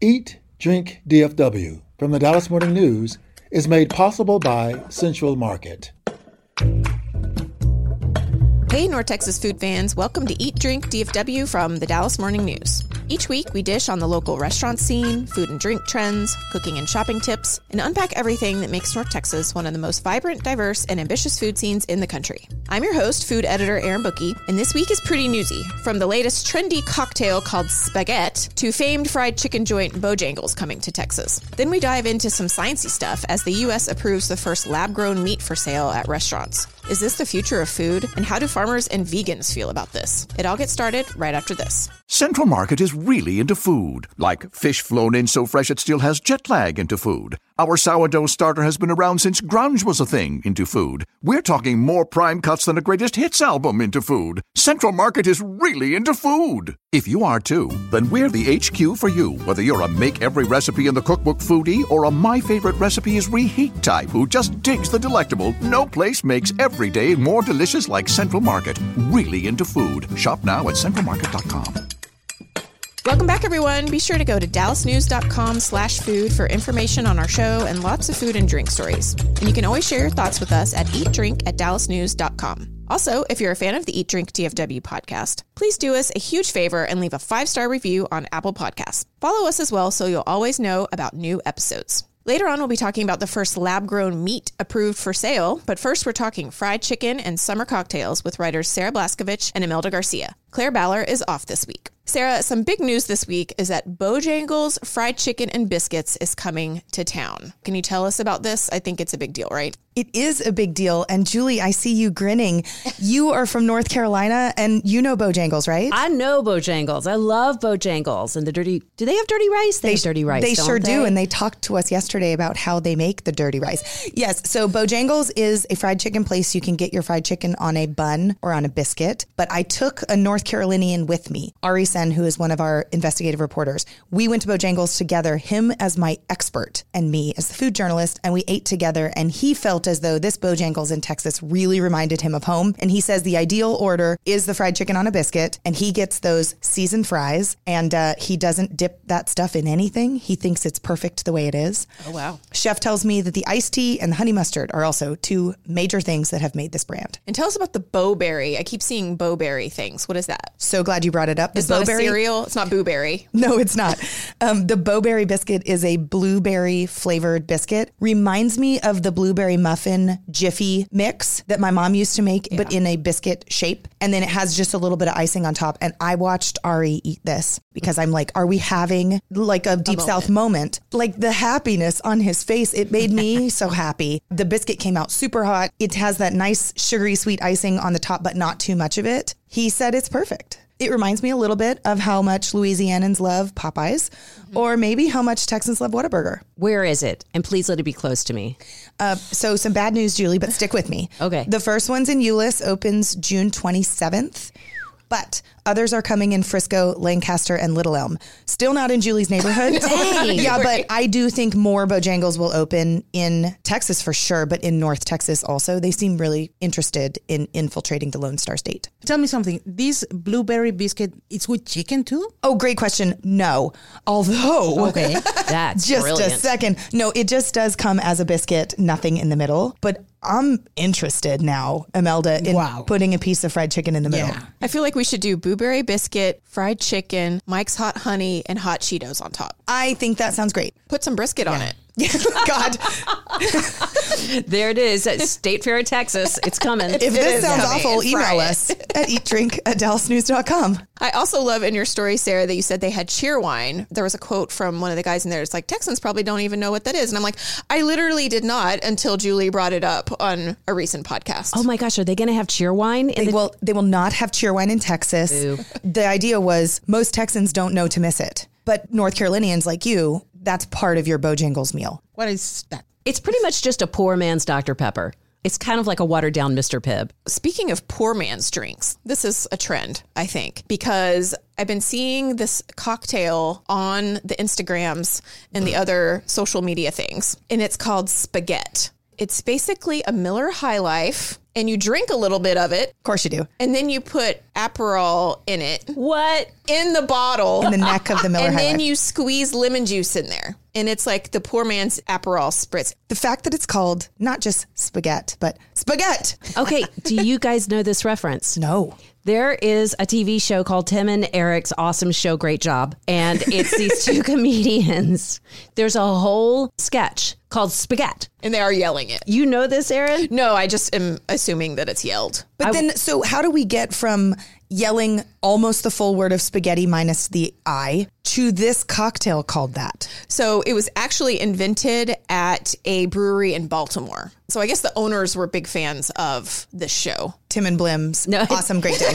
Eat, Drink DFW from the Dallas Morning News is made possible by Central Market. Hey, North Texas food fans, welcome to Eat Drink DFW from the Dallas Morning News. Each week, we dish on the local restaurant scene, food and drink trends, cooking and shopping tips, and unpack everything that makes North Texas one of the most vibrant, diverse, and ambitious food scenes in the country. I'm your host, food editor Aaron Bookie, and this week is pretty newsy from the latest trendy cocktail called Spaghetti to famed fried chicken joint Bojangles coming to Texas. Then we dive into some sciencey stuff as the U.S. approves the first lab grown meat for sale at restaurants. Is this the future of food? And how do farmers and vegans feel about this? It all gets started right after this. Central Market is really into food, like fish flown in so fresh it still has jet lag into food. Our sourdough starter has been around since grunge was a thing into food. We're talking more prime cuts than a greatest hits album into food. Central Market is really into food. If you are too, then we're the HQ for you, whether you're a make every recipe in the cookbook foodie or a my favorite recipe is reheat type who just digs the delectable. No place makes every day more delicious like Central Market. Really into food. Shop now at centralmarket.com. Welcome back, everyone. Be sure to go to dallasnews.com slash food for information on our show and lots of food and drink stories. And you can always share your thoughts with us at eatdrink at dallasnews.com. Also, if you're a fan of the Eat Drink DFW podcast, please do us a huge favor and leave a five-star review on Apple Podcasts. Follow us as well so you'll always know about new episodes. Later on, we'll be talking about the first lab grown meat approved for sale, but first, we're talking fried chicken and summer cocktails with writers Sarah Blaskovich and Imelda Garcia. Claire Baller is off this week. Sarah, some big news this week is that Bojangles Fried Chicken and Biscuits is coming to town. Can you tell us about this? I think it's a big deal, right? It is a big deal. And Julie, I see you grinning. You are from North Carolina and you know Bojangles, right? I know Bojangles. I love Bojangles and the dirty. Do they have dirty rice? They, have dirty rice. They don't sure they? do. And they talked to us yesterday about how they make the dirty rice. Yes. So Bojangles is a fried chicken place. You can get your fried chicken on a bun or on a biscuit. But I took a North Carolinian with me, Ari Sen, who is one of our investigative reporters. We went to Bojangles together, him as my expert and me as the food journalist. And we ate together. And he felt as though this Bojangles in Texas really reminded him of home. And he says the ideal order is the fried chicken on a biscuit. And he gets those seasoned fries. And uh, he doesn't dip that stuff in anything. He thinks it's perfect the way it is. Oh, wow. Chef tells me that the iced tea and the honey mustard are also two major things that have made this brand. And tell us about the bowberry. I keep seeing bowberry things. What is that? So glad you brought it up. The It's not a Bowberry- cereal. It's not booberry. No, it's not. Um, the Bowberry biscuit is a blueberry flavored biscuit. Reminds me of the blueberry muffin Jiffy mix that my mom used to make, but in a biscuit shape. And then it has just a little bit of icing on top. And I watched Ari eat this because I'm like, are we having like a Deep South moment? Like the happiness on his face, it made me so happy. The biscuit came out super hot. It has that nice sugary sweet icing on the top, but not too much of it. He said it's perfect. It reminds me a little bit of how much Louisianans love Popeyes, Mm-hmm. or maybe how much Texans love Whataburger. Where is it? And please let it be close to me. Uh, so, some bad news, Julie, but stick with me. Okay. The first one's in Euless, opens June 27th, but others are coming in Frisco, Lancaster, and Little Elm. Still not in Julie's neighborhood. Dang. yeah, but I do think more Bojangles will open in Texas for sure, but in North Texas also. They seem really interested in infiltrating the Lone Star State. Tell me something. This blueberry biscuit, it's with chicken too? Oh, great question. No. Although. Okay. That's just brilliant. a second. No, it just does come as a biscuit, nothing in the middle. But I'm interested now, Imelda, in Wow. putting a piece of fried chicken in the middle. Yeah. I feel like we should do blueberry biscuit, fried chicken, Mike's hot honey, and hot Cheetos on top. I think that sounds great. Put some brisket on it. God, There it is. At State Fair of Texas. It's coming. if this It is sounds coming. awful, and fry email it. us at eatdrink at dallasnews.com. I also love in your story, Sarah, that you said they had cheer wine. There was a quote from one of the guys in there. It's like Texans probably don't even know what that is, and I'm like, I literally did not until Julie brought it up on a recent podcast. Oh my gosh, are they going to have cheer wine? in They the- will, they will not have cheer wine in Texas. The idea was most Texans don't know to miss it. But North Carolinians like you, that's part of your Bojangles meal. What is that? it's pretty much just a poor man's Dr. Pepper. It's kind of like a watered down Mr. Pibb. Speaking of poor man's drinks, this is a trend, I think, because I've been seeing this cocktail on the Instagrams and the other social media things, and it's called spaghetti. It's basically a Miller High Life, and you drink a little bit of it, Of course you do. and then you put Aperol in it, What? in the bottle, In the neck of the Miller and High then Life. you squeeze lemon juice in there. And it's like the poor man's Aperol spritz. the fact that it's called not just spaghetti, but spaghetti. Okay, do you guys know this reference? No. There is a TV show called Tim and Eric's Awesome Show Great Job, and it's these two comedians. There's a whole sketch called Spaghetti. And they are yelling it. You know this, Erin? No, I just am assuming that it's yelled. But then, so how do we get from yelling almost the full word of spaghetti minus the I to this cocktail called that? So it was actually invented at a brewery in Baltimore. So I guess the owners were big fans of this show. Tim and Blim's No. awesome great day.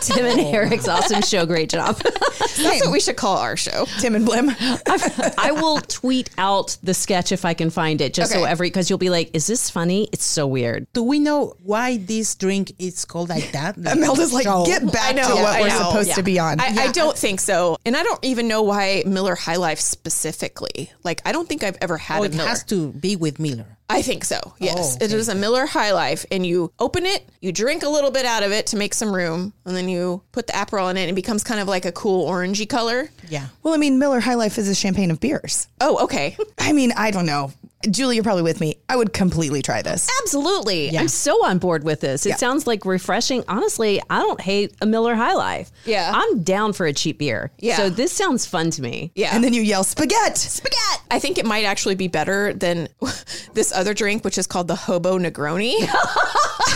Tim and Eric's Awesome Show Great Job. That's what we should call our show. Tim and Blim. I've- I will tweet out the sketch if I can find it, just so Okay. every, because you'll be like, is this funny? It's so weird. Do we know why this drink is called like that? Like Imelda's like, show? get back to Yeah, what I we're know. supposed to be on. I, I don't think so. And I don't even know why Miller High Life specifically. Like, I don't think I've ever had Oh, a it Miller. has to be with Miller. I think so. Yes. Oh, It is a Miller High Life, and you open it, you drink a little bit out of it to make some room, and then you put the Aperol in it, and it becomes kind of like a cool orangey color. Yeah. well, I mean, Miller High Life is a champagne of beers. Oh, okay. I mean, I don't know. Julie, you're probably with me. I would completely try this. Absolutely. I'm so on board with this. It sounds like refreshing. Honestly, I don't hate a Miller High Life. Yeah. I'm down for a cheap beer. Yeah. So this sounds fun to me. Yeah. And then you yell, spaghetti. Spaghetti. I think it might actually be better than this other drink, which is called the Hobo Negroni.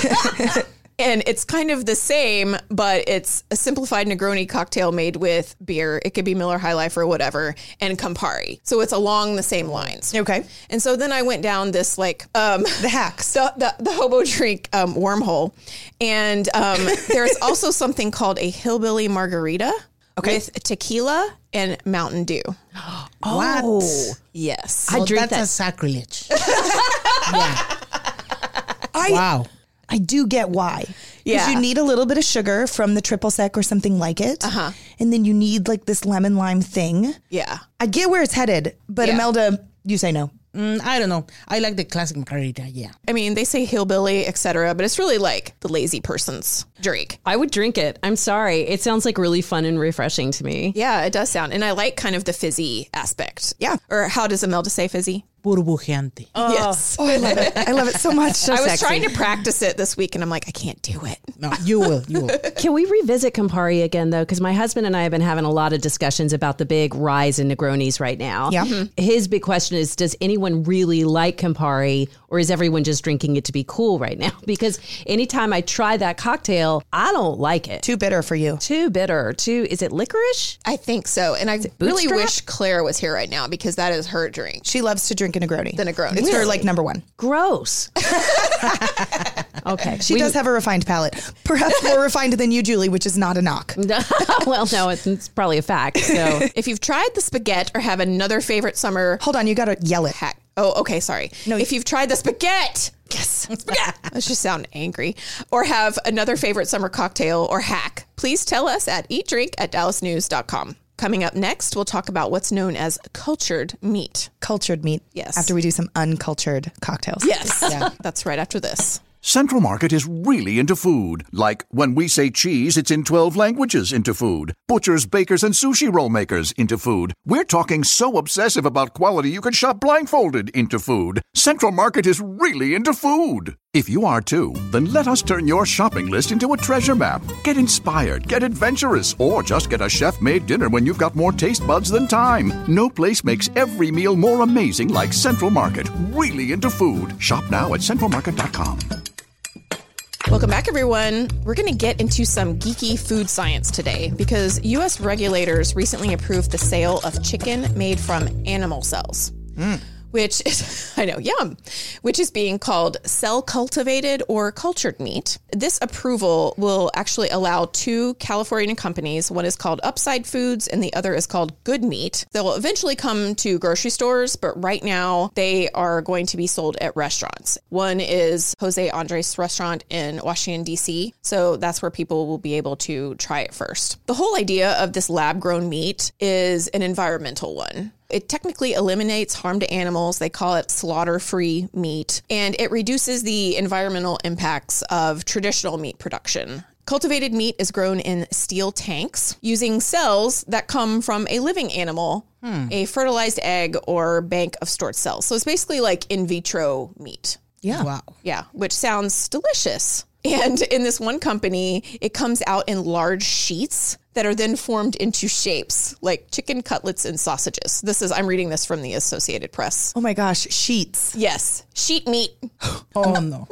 and it's kind of the same, but it's a simplified Negroni cocktail made with beer. It could be Miller High Life or whatever, and Campari. So it's along the same lines. Okay. And so then I went down this like um, The hacks. the, the, the hobo drink um, wormhole. And um, there's also something called a hillbilly margarita with tequila and Mountain Dew. Oh. What? Yes. I Well, drink that's that. a sacrilege. yeah. wow. I do get why. Yeah. Because you need a little bit of sugar from the triple sec or something like it. Uh-huh. And then you need like this lemon lime thing. yeah. I get where it's headed, but Yeah. Imelda, you say no. Mm, I don't know. I like the classic margarita. Yeah. I mean, they say hillbilly, etc., but it's really like the lazy person's drink. I would drink it. I'm sorry. It sounds like really fun and refreshing to me. Yeah, it does sound. And I like kind of the fizzy aspect. Yeah. Or how does Imelda say fizzy? Burbujeante. yes. Oh, I love it. I love it so much. So I was sexy. trying to practice it this week and I'm like, I can't do it. No, you will. You will. Can we revisit Campari again, though? Because my husband and I have been having a lot of discussions about the big rise in Negronis right now. Yeah. Mhm. His big question is Does anyone really like Campari or is everyone just drinking it to be cool right now? Because anytime I try that cocktail, I don't like it. Too bitter for you. too bitter. Too is it licorice? I think so. And I really bootstrap? wish Claire was here right now because that is her drink. She loves to drink a Negroni. The Negroni. It's her Really? like number one. Gross. okay. She does have a refined palate, perhaps more refined than you, Julie, which is not a knock. Mm. well, no, it's, it's probably a fact. So If you've tried the spaghetti or have another favorite summer Hold on, you got to yell it. hack. Oh, okay, sorry. No, if you've tried the spaghetti, yes, spaghetti. Let's just sound angry. Or have another favorite summer cocktail or hack. Please tell us at eatdrink at dallasnews.com. Coming up next, we'll talk about what's known as cultured meat. Cultured meat. Yes. After we do some uncultured cocktails. Yes. That's right after this. Central Market is really into food. Like when we say cheese, it's in 12 languages into food. Butchers, bakers, and sushi roll makers into food. We're talking so obsessive about quality you can shop blindfolded into food. Central Market is really into food. If you are too, then let us turn your shopping list into a treasure map. Get inspired, get adventurous, or just get a chef made dinner when you've got more taste buds than time. No place makes every meal more amazing like Central Market. Really into food. Shop now at centralmarket.com. Welcome back, everyone. We're going to get into some geeky food science today because U.S. regulators recently approved the sale of chicken made from animal cells, which is, I know, yum, which is being called cell cultivated or cultured meat. This approval will actually allow two California companies, one is called Upside Foods and the other is called Good Meat. They'll eventually come to grocery stores, but right now they are going to be sold at restaurants. One is Jose Andres restaurant in Washington, D.C. So that's where people will be able to try it first. The whole idea of this lab grown meat is an environmental one. It technically eliminates harm to animals. They call it slaughter free meat, and it reduces the environmental impacts of traditional meat production. Cultivated meat is grown in steel tanks using cells that come from a living animal, a fertilized egg, or bank of stored cells. So it's basically like in vitro meat. Yeah. Wow. Yeah, which sounds delicious. And in this one company, it comes out in large sheets that are then formed into shapes like chicken cutlets and sausages. This is, I'm reading this from the Associated Press. Oh my gosh, sheets. Yes, sheet meat. Oh no.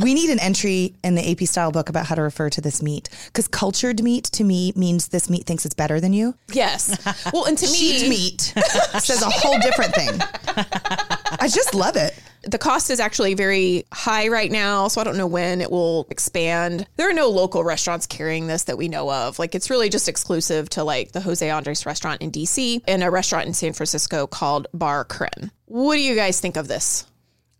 we need an entry in the AP style book about how to refer to this meat because cultured meat to me means this meat thinks it's better than you. Yes. Well, and to me, Sheet meat says a whole different thing. I just love it. The cost is actually very high right now, so I don't know when it will expand. There are no local restaurants carrying this that we know of. Like it's really just exclusive to like the Jose Andres restaurant in DC and a restaurant in San Francisco called Bar Kren. What do you guys think of this?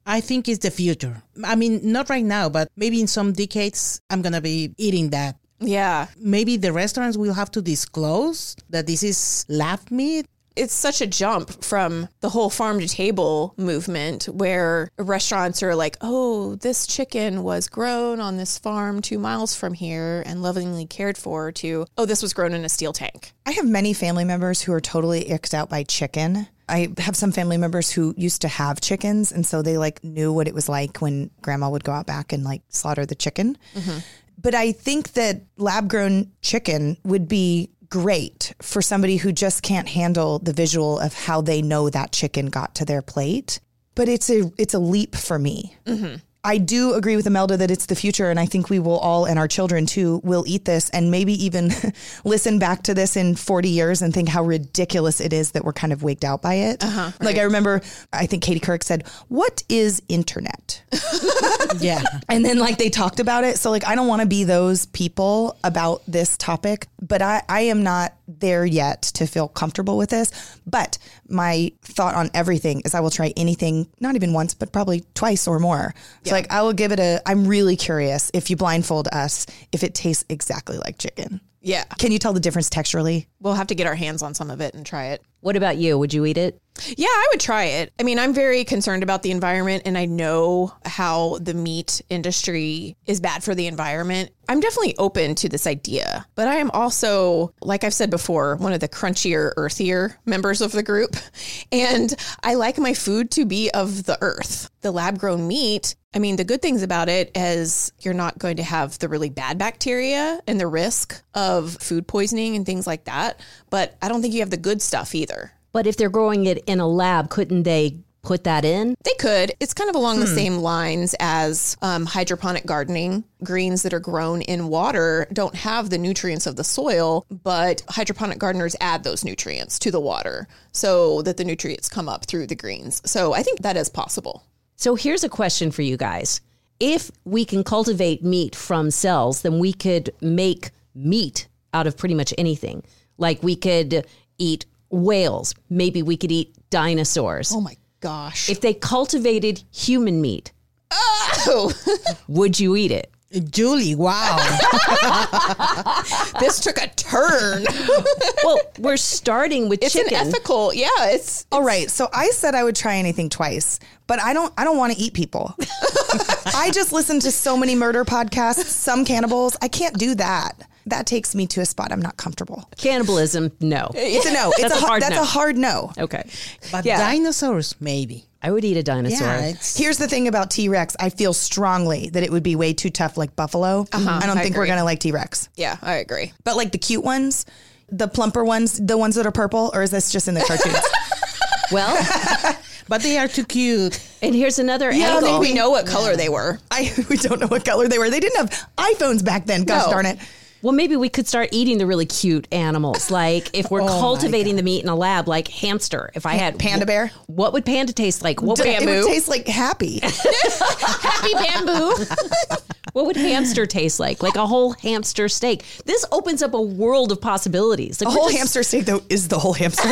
I think it's the future. I mean, not right now, but maybe in some decades, I'm going to be eating that. Yeah. Maybe the restaurants will have to disclose that this is lab meat. It's such a jump from the whole farm to table movement where restaurants are like, oh, this chicken was grown on this farm two miles from here and lovingly cared for, to, oh, this was grown in a steel tank. I have many family members who are totally icked out by chicken. I have some family members who used to have chickens and so they like knew what it was like when grandma would go out back and like slaughter the chicken. But I think that lab grown chicken would be great for somebody who just can't handle the visual of how they know that chicken got to their plate. But it's a it's a leap for me. I do agree with Imelda that it's the future, and I think we will all, and our children too, will eat this and maybe even listen back to this in 40 years and think how ridiculous it is that we're kind of waked out by it. Like, I remember, I think Katie Kirk said, What is internet? Yeah. And then like they talked about it. So like I don't want to be those people about this topic, but I, I am not there yet to feel comfortable with this. But my thought on everything is I will try anything, not even once, but probably twice or more. So like I will give it a I'm really curious if you blindfold us if it tastes exactly like chicken. Yeah. Can you tell the difference texturally? We'll have to get our hands on some of it and try it. What about you? Would you eat it? Yeah, I would try it. I mean, I'm very concerned about the environment and I know how the meat industry is bad for the environment. I'm definitely open to this idea, but I am also, like I've said before, one of the crunchier, earthier members of the group. And I like my food to be of the earth. The lab grown meat, I mean, the good things about it is you're not going to have the really bad bacteria and the risk of food poisoning and things like that. But I don't think you have the good stuff either. But if they're growing it in a lab, couldn't they put that in? They could. It's kind of along Hmm. the same lines as um, hydroponic gardening. Greens that are grown in water don't have the nutrients of the soil, but hydroponic gardeners add those nutrients to the water so that the nutrients come up through the greens. So I think that is possible. So here's a question for you guys. If we can cultivate meat from cells, then we could make meat out of pretty much anything. Like we could eat whales, maybe we could eat dinosaurs. Oh my gosh. If they cultivated human meat, Oh, would you eat it? Julie, wow. this took a turn. Well, we're starting with It's chicken. an ethical. Yeah, it's All right. So I said I would try anything twice, but I don't I don't want to eat people. I just listen to so many murder podcasts, some cannibals. I can't do that. That takes me to a spot I'm not comfortable. Cannibalism, no. It's a no. It's That's a, a hard, hard that's no. a hard no. Okay. But dinosaurs, maybe. I would eat a dinosaur. Yeah, it's, Here's the thing about T-Rex. I feel strongly that it would be way too tough like buffalo. I don't I think we're agree. going to like T-Rex. yeah, I agree. But like the cute ones, the plumper ones, the ones that are purple or is this just in the cartoons? Well, but they are too cute. and here's another I don't angle. think we know what color they were. I we don't know what color they were. They didn't have iPhones back then. Gosh No. darn it. Well, maybe we could start eating the really cute animals. Like if Oh we're cultivating the meat in a lab, like hamster. If I had Panda bear? what would panda taste like? What would, It Bamboo. would taste like happy. happy bamboo? what would hamster taste like? Like a whole hamster steak. This opens up a world of possibilities. Like A we're whole just- hamster steak though is the whole hamster.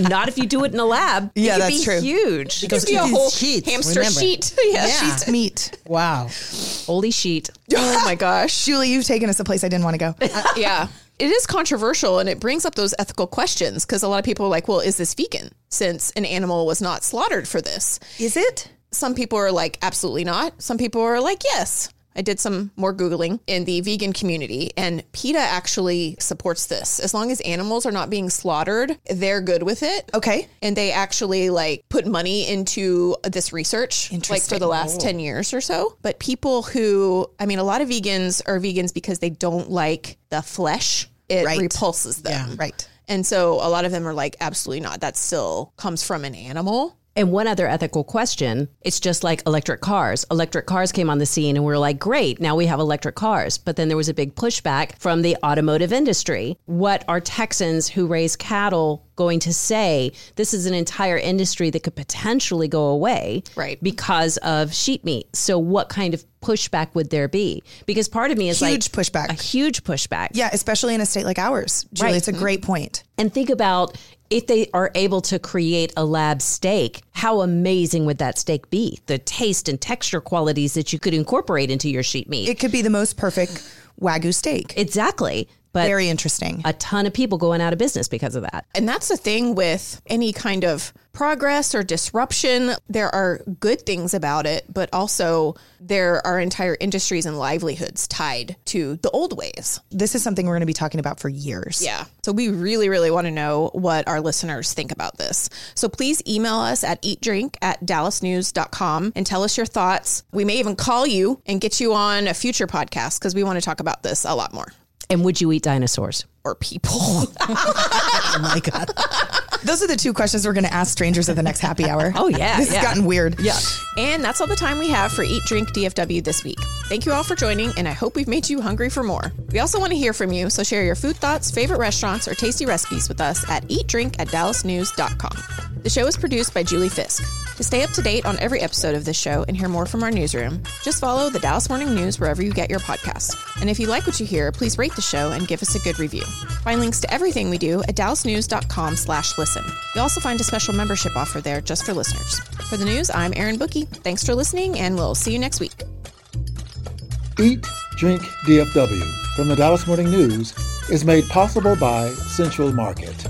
Not if you do it in a lab. It Yeah, could that's be true. Huge. Because Could be it a is whole sheet, hamster remember. sheet. Yeah, sheet. Sheet meat. Wow. Holy sheet. Oh my gosh. Julie, you've taken us a place I didn't want to go. Uh, Yeah. It is controversial and it brings up those ethical questions because a lot of people are like, well, is this vegan since an animal was not slaughtered for this? Is it? Some people are like, absolutely not. Some people are like, yes. I did some more Googling in the vegan community, and PETA actually supports this. As long as animals are not being slaughtered, they're good with it. Okay. And they actually like put money into this research, like for Interesting. Oh. the last 10 years or so. But people who, I mean, a lot of vegans are vegans because they don't like the flesh, it Right. repulses them. Right. And so a lot of them are like, absolutely not. That still comes from an animal. And one other ethical question it's just like electric cars. Electric cars came on the scene, and we were like, great, now we have electric cars. But then there was a big pushback from the automotive industry. What are Texans who raise cattle going to say? This is an entire industry that could potentially go away Right. because of sheep meat. So, what kind of pushback would there be? Because part of me is Huge like pushback. a huge pushback. Yeah, especially in a state like ours. Julie, Right. Mm-hmm. it's a great point. And think about if they are able to create a lab steak, how amazing would that steak be? The taste and texture qualities that you could incorporate into your sheep meat. It could be the most perfect Wagyu steak. exactly. But Very interesting. a ton of people going out of business because of that. And that's the thing with any kind of progress or disruption. There are good things about it, but also there are entire industries and livelihoods tied to the old ways. this is something we're going to be talking about for years. Yeah. So we really, really want to know what our listeners think about this. So please email us at eatdrink at dallasnews.com and tell us your thoughts. We may even call you and get you on a future podcast because we want to talk about this a lot more. And would you eat dinosaurs? Or people. Oh my God. Those are the two questions we're going to ask strangers at the next happy hour. Oh, yeah, This yeah. has gotten weird. Yeah. And that's all the time we have for Eat Drink DFW this week. Thank you all for joining, and I hope we've made you hungry for more. We also want to hear from you, so share your food thoughts, favorite restaurants, or tasty recipes with us at eatdrink at dallasnews.com. The show is produced by Julie Fisk. To stay up to date on every episode of this show and hear more from our newsroom, just follow the Dallas Morning News wherever you get your podcasts. And if you like what you hear, please rate the show and give us a good review. Find links to everything we do at dallasnews.com slash listen. You'll also find a special membership offer there just for listeners. For the news, I'm Erin Bookie. Thanks for listening, and we'll see you next week. Eat, Drink, DFW from the Dallas Morning News is made possible by Central Market.